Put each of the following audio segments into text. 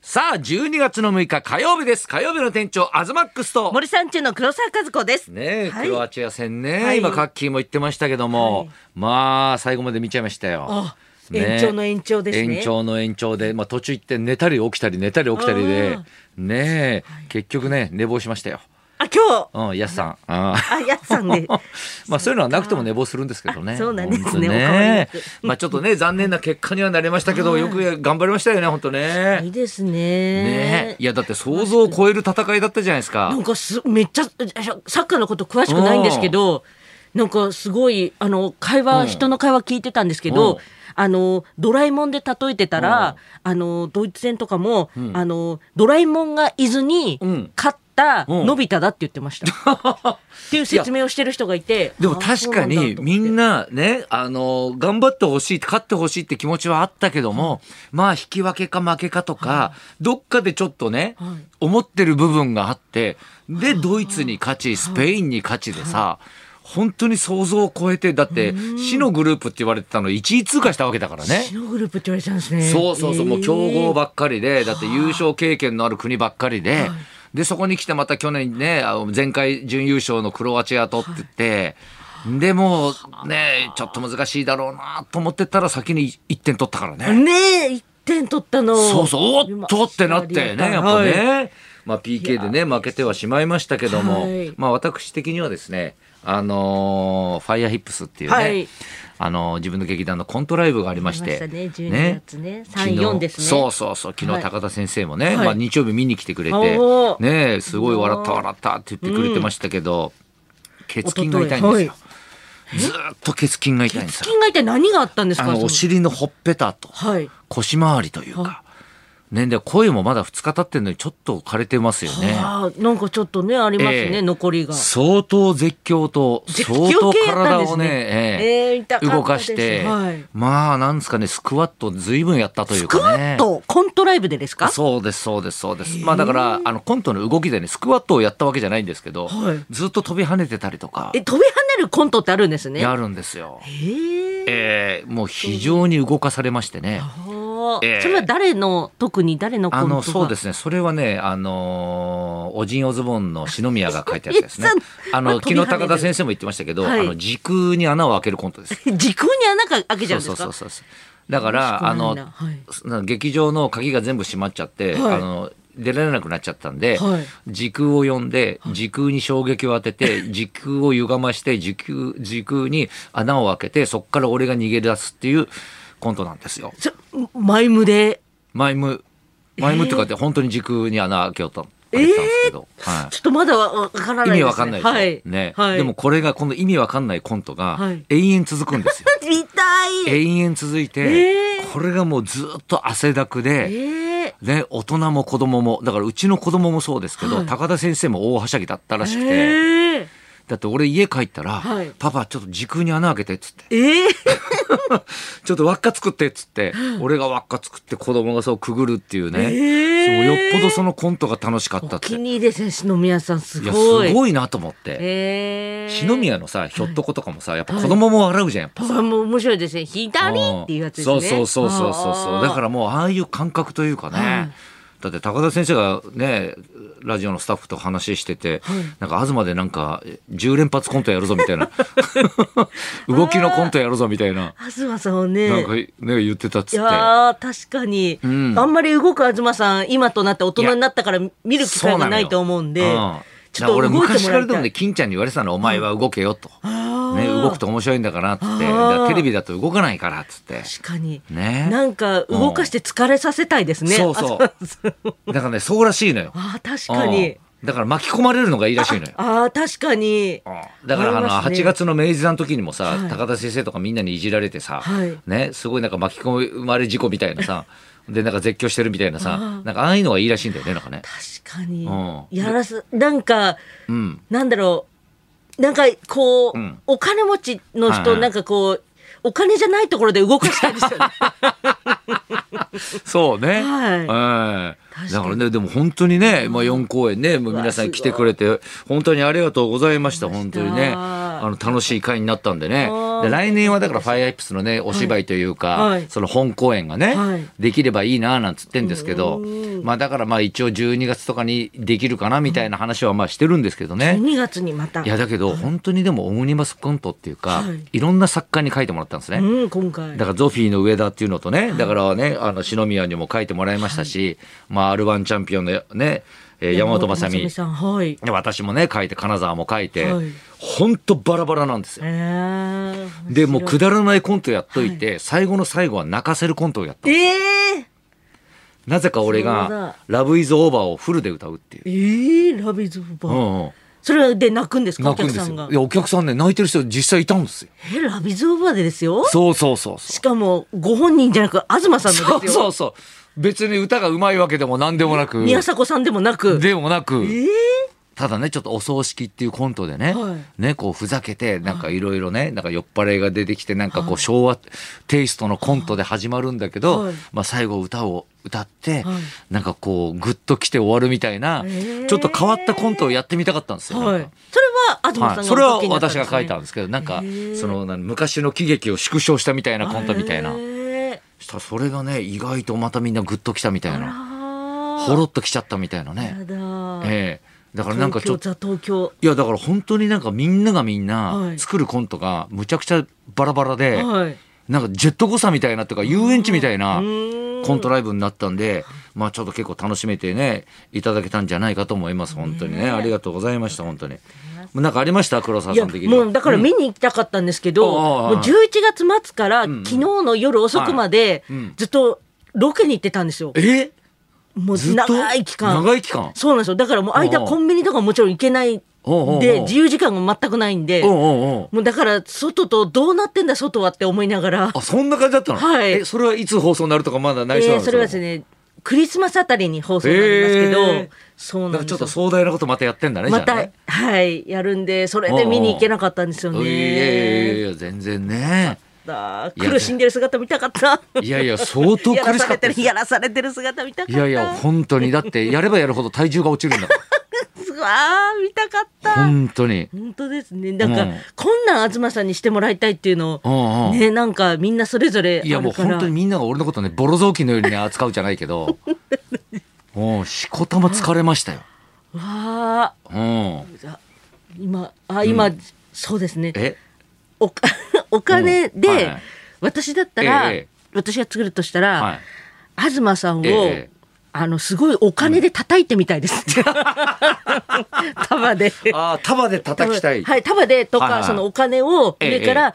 さあ、12月の6日火曜日です。火曜日の店長、アズマックスと。森三中の黒沢和子です。ねえ、はいクロアチア戦ね、はい今カッキーも言ってましたけども、はいまあ最後まで見ちゃいましたよあ。延長の延長ですね延長の延長で、まあ、途中行って寝たり起きたり寝たり起きたりであねえ、結局ね寝坊しましたよ、あ、今日、うん、やすさん。あーあ、やつさん で。まあそういうのはなくても寝坊するんですけどね。あそうなんですね本当にお変わりなくまあちょっとね残念な結果にはなりましたけど、よく頑張りましたよね本当いいね。ですねね。えいやだって想像を超える戦いだったじゃないですかなん。かす、めっちゃ、サッカーのこと詳しくないんですけど。なんかすごい、あの会話、うん人の会話聞いてたんですけうんど。あのドラえもんで例えてたら、あのドイツ戦とかも、あのドラえもんが伊豆にうん勝ったうんのび太だって言ってました。 っていう説明をしてる人がいて。でもあ確かそうなんにだと思ってみんなね、あの、頑張ってほしい、勝ってほしいって気持ちはあったけども、まあ引き分けか負けかとか、どっかでちょっとね、はい思ってる部分があって、で、ドイツに勝ち、スペインに勝ちでさ、本当に想像を超えて、だって、死のグループって言われてたの1位通過したわけだからねシ。ノグループって言われてたんですね。そうそうそう、もう強豪ばばっかりで、だって優勝経験のある国ばっかりで、で、そこに来てまた去年ね、あの前回準優勝のクロアチアとってて、でもうね、ちょっと難しいだろうなと思ってたら先に1点取ったからね。ねえ、1点取ったの。そうそう、おっとってなってね、やっぱはい。ね。まあ PK でね、負けてはしまいましたけどもはい、まあ私的にはですね、あのーファイアヒップスっていうはねい、あのー自分の劇団のコントライブがありましてありましたね12月ね3 4ですねそうそうそう昨は日い高田先生もね、はいまあ、日曜日見に来てくれて、おーねすごい笑ったいやー笑ったって言ってくれてましたけど、血筋が痛いんおとでとすいよ、ずーっと血筋が痛いんですチよキンが一体何があったんですあかそのお尻のほっぺたとはい。腰回りというか、ね、で声もまだ2日経ってるのにちょっと枯れてますよね。ああ、なんかちょっとね、ありますね、ええ残りが。相当絶叫と絶相叫当系だったん体でをすねねええええ痛かったです動かして、はいまあなんですかねスクワットずいぶんやったというスクかワねット、コントライブでですかそうですそうですそうです、まあだからあのコントの動きでねスクワットをやったわけじゃないんですけど、はいずっと飛び跳ねてたりとかえ、飛び跳ねるコントってあるんですね。やるんですよ、えええーもう非常に動かされましてねはあええそれは誰の、特に誰のコンあトがのそうですねそれはねあのーおじんおズボンの篠宮が書いてあるやつ ですねあまのあ昨日飛び跳ねてる高田先生も言ってましたけど、はいあの時空に穴を開けるコントです 時空に穴が開けちゃうんですかそうそうそうそうだからあ楽しくなの、いなはいな劇場の鍵が全部閉まっちゃって、はいあの出られなくなっちゃったんで、はい時空を呼んで時空に衝撃を当てて、 時空を歪まして時空時空に穴を開けてそこから俺が逃げ出すっていうコントなんですよ。そマイムで。マイムマイムってかって本当に時空に穴開けようと思ってたんですけど。はいちょっとまだわわからないです、意ね。味わかんないでしょ、はい。ね、はい、でもこれがこの意味わかんないコントがはい永遠続くんですよ。 見たい。永遠続いて、えーこれがもうずっと汗だくで、ええね、大人も子供もだからうちの子供もそうですけど、はい高田先生も大はしゃぎだったらしくて、ええだって俺家帰ったら、はいパパちょっと時空に穴開けて」っつってええ「ちょっと輪っか作って」っつって俺が輪っか作って子供がそうくぐるっていうね、ええそうよっぽどそのコントが楽しかったおって気いに入りですね、篠宮さん、すやごい。すごいなと思って、ええ篠宮のさひょっとことかもさやっぱ子供も笑うじゃんやっぱ。パパも面白いですね。左っていうやつですね。、そうそうそうそうそうそうだかららもうああいう感覚というかね、はいだって高田先生がねラジオのスタッフと話してて、なんか東でなんか10連発コントやるぞみたい な動きのコントやるぞみたいな東さんをね、なんかね言ってたっいつって。やー確かに、んあんまり動く東さん、今となって大人になったから見る機そう会ながのなよいと思うんで、うちょっと動だから俺いてもらい昔たからい。でもね金ちゃんに言われてたの「お前は動けよ」と「あーね、動くと面白いんだから」っつって「だあーからテレビだと動かないから」っつって確かに。ねなんか動かして疲れさせたいですね。そうそうう。だからねそうらしいのよ。ああ確かに。うんだから巻き込まれるのがいいらしいのよ。ああ確かに。だからあの思いますね8月の明治座の時にもさ、はい高田先生とかみんなにいじられてさ、はいね、すごいなんか巻き込まれ事故みたいなさでなんか絶叫してるみたいなあさーなんかああいうのがいいらしいんだよねなんかね。確かにうん。やらすなんかうん、なんだろうなんかこう、んお金持ちのはいは人いなんかこうお金じゃないところで動かしたいですよ ね。そうね、はいはい確かにだからねでも本当にね、まあ、4公演ねもううわ皆さん来てくれて本当にありがとうございました本当にね。あの楽しい会になったんでねあーで来年はだからファイアイプスのねお芝居というか、はいはいその本公演がね、はいできればいいななんつってんですけどうんまあだからまあ一応12月とかにできるかなみたいな話はまあしてるんですけどね。 2月にまたいやだけど本当にでもオムニバスコントっていうか、はいいろんな作家に書いてもらったんですね。うん今回だからゾフィーの上田っていうのとね、だからね、あの、篠宮にも書いてもらいましたし、まあ、R1 チャンピオンのね、えー山本まさみ、さんはいで私もね、書いて、金沢も書いてはい、ほんとバラバラなんですえよ。ー、で、もうくだだらないコントやっといて、最後の最後は泣かせるコントをやった。えー、なぜか俺そうがだ、ラブイズオーバーをフルで歌うっていう。えー、ラビーズオーバうー、んうん。それで泣くんですかお泣くん客でさすんがよ。いや、お客さんね、泣いてる人実際いたんですよ。えラビーズオーバーでですよそうそうそうそう。しかもご本人じゃなく東さんそのでうすよそうそう。別に歌がうまいわけでも何でもなく。宮迫さんでもなくでもなく、ーただねちょっとお葬式っていうコントでね,、はねこうふざけてなんかいろいろねなんか酔っ払いが出てきてなんかこう昭和テイストのコントで始まるんだけど、はいまあ、最後歌を歌って、はいなんかこうグッと来て終わるみたいな、えーちょっと変わったコントをやってみたかったんですよ。はなんいかそれはい、それはは東さんがお書きになったん私ですねが書いたんですけどなんかへーそのなん昔の喜劇を縮小したみたいなコントみたいなへーしたらそれがね意外とまたみんなグッと来たみたいなあほろっと来ちゃったみたいなねや、だ、ええだからなんかちょっと東京ザ東京いやだから本当になんかみんながみんはない作るコントがむちゃくちゃバラバラで、はいなんかジェットコースターみたいなとか遊園地みたいなうんコントライブになったんで、まあちょっと結構楽しめてね、いただけたんじゃないかと思います。本当にね。ありがとうございました、本当に。なんかありました黒沢いやさん的には。もうだから見に行きたかったんですけど、うんああああもう11月末から昨日の夜遅くまではいうんずっとロケに行ってたんですよ、えもうずっと長い期間長い期間そうなんですよだからもう間ああコンビニとかももちろん行けないおうおうおうで自由時間が全くないんでおうもおうおううだから外とどうなってんだ外はって思いながらあ、そんな感じだったのはいえ、それはいつ放送になるとかまだえ内緒なーのそれはです。ねクリスマスあたりに放送になりますけど、へーそうななんんかですちょよっと壮大なことまたやってんだね、まじゃあたね。はいやるんでそれで見に行けなかったんですよいやいやいねやいや、全然ね。だいや苦しんでる姿見たかったいやいや、相当苦しやらさかれってたでるすよやらされてる姿見たかいったやいや、本当に。だって、やればやるほど体重が落ちるんだかすごいあー見たかっら。 た本当に。本当ですねなんか、うんこんなん東さんにしてもらいたいっていうのうを、んうん。ねなんかみんなそれぞれあいや、もうるから本当にみんなが俺のことね、ボロ雑巾のようにね、扱うじゃないけ ど。もう、しこたま疲れましたよ。わうん。ーあ今あ今、そうですねえお かお金で、うんはい私だったら、ええ私が作るとしたら、はい。東さんを、ええあのすごいお金で叩いてみたいです。 束で。ああ、束で叩きたい。はい、束でとか、はいはいそのお金をええ上から、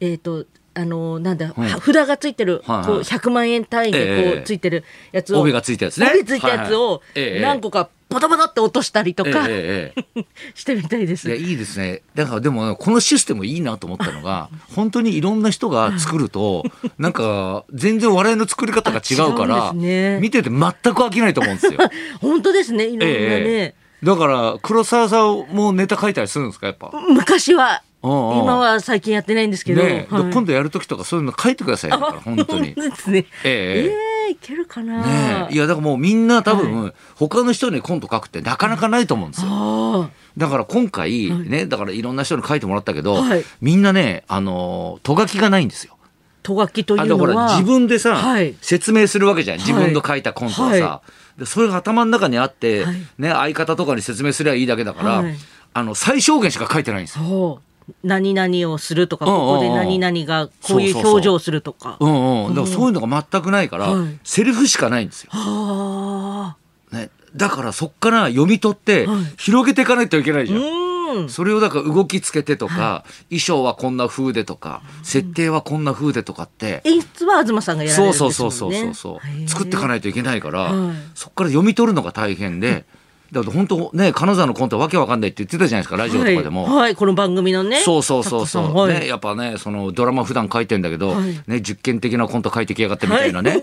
えっ、と。あのなんだ、んは札がついてる、はいはいこう100万円単位でこええうついてるやつを、帯がついたやつね。帯ついたやつはをいはいええ何個かボタボタって落としたりとええか、えええしてみたいでえいす。やいいですね。だからでも、このシステムいいなと思ったの が、本当にいろんな人が作ると、なんか、全然笑いの作り方が違うかあ違ら、うんですね見てて全く飽きないと思うん ですよ。本当ですね、いろんなね、ええ、だから黒沢さんもネタ書いたりするんですかやっぱ。昔うは、んうん今は最近やってないんですけど、ねえ、はい今度やる時とかそういうの書いてくださいだから本当 に。ですね。ええええいけるかな。ねえいやだからもうみんな多分、他の人にコント書くってなかなかないと思うんですよ。あだから今回ねだからいろんな人に書いてもらったけど、はいみんなねあのとがきがないんですよ。あ、とがきといあうだかのらは。自分でさ、はい説明するわけじゃん自分の書いたコントをさ、はでそれが頭の中にあって、はいね、相方とかに説明すればいいだけだから、はいあの最小限しか書いてないんですよ。そう。何々をするとか、うんここでうんうん何々がこういそうそううそう表情をするとか。うはんうん、だからそういうのが全くないから、はいセリフしかないんですよ、あ。ね、だからそっから読み取ってはい広げていかないといけないじゃん、うん。それをだから動きつけてとか、衣装はこんな風でとか、設定はこんな風でとかって、演出は東さんがやられるそんうですそもんうね。そうそうそうそう、へえ作っていかないといけないから、はいそっから読み取るのが大変で、だって本当ね金沢のコントはわけわかんないって言ってたじゃないですかラジオとかでも。はい、はいこの番組のね。そうそうそうそ作家う、さんはいねやっぱねそのドラマ普段書いてんだけど、はいね実験的なコント書いてきやがってみたいなね、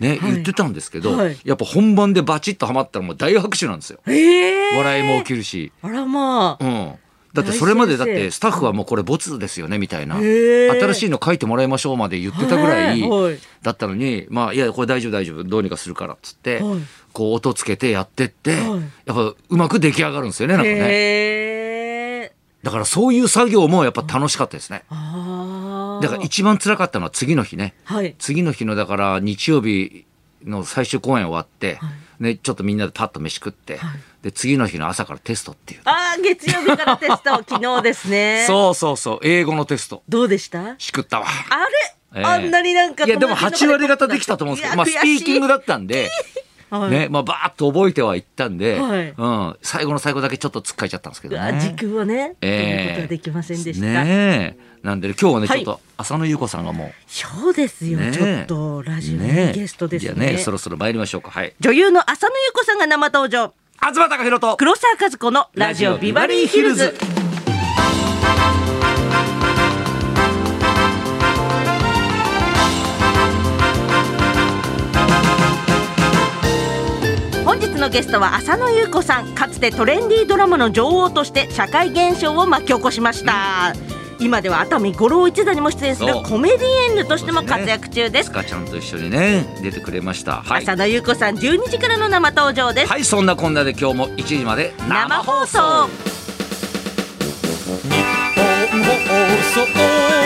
ね言ってたんですけど、はいやっぱ本番でバチッとハマったらもう大拍手なんですよ。 ええ笑いも起きるし、あらまあ。うん。だってそれまでだっ大先て生スタッフはもうこれボツですよねみたいな、へー新しいの書いてもらいましょうまで言ってたぐらいはいはいだったのに、まあいやこれ大丈夫大丈夫どうにかするからっつって、はいこう音つけてやってって、はいやっぱうまく出来上がるんですよねなんかね。へえだからそういう作業もやっぱ楽しかったですね。ああ。だから一番辛かったのは次の日ね。はい。次の日のだから日曜日の最終公演終わって、ね、ちょっとみんなでパッと飯食って、で次の日の朝からテストっていう。ああ、月曜日からテ スト、昨日ですね。そうそうそう英語のテストどうでしたしくったわ。あえれ、えあんなになんかいやでも友8達の割中方できたと思うんですけど、まあ、いスやピーキングだったんで、悔しいはいねまあ、バーッと覚えてはいったんで、はいうん、最後の最後だけちょっとつっかえちゃったんですけどうわね。時空をね、ということはできませんでした。ねえなんでね今日はね、はいちょっと浅野ゆう子さんがもそうですう、よ、ねえ、ちょっとラジオのねえゲストですねじゃあねそろそろ参りましょうかはい女優の浅野ゆう子さんが生登場東貴博と黒沢和子のラジオビバリーヒルズ本日のゲストは浅野ゆう子さんかつてトレンディードラマの女王として社会現象を巻き起こしました、今では熱海五郎一座にも出演するそうコメディエンヌとしても活躍中ですスカちゃんと一緒にね出てくれましたはい浅野ゆう子さん12時からの生登場です、はいそんなこんなで今日も1時まで生放送日本放送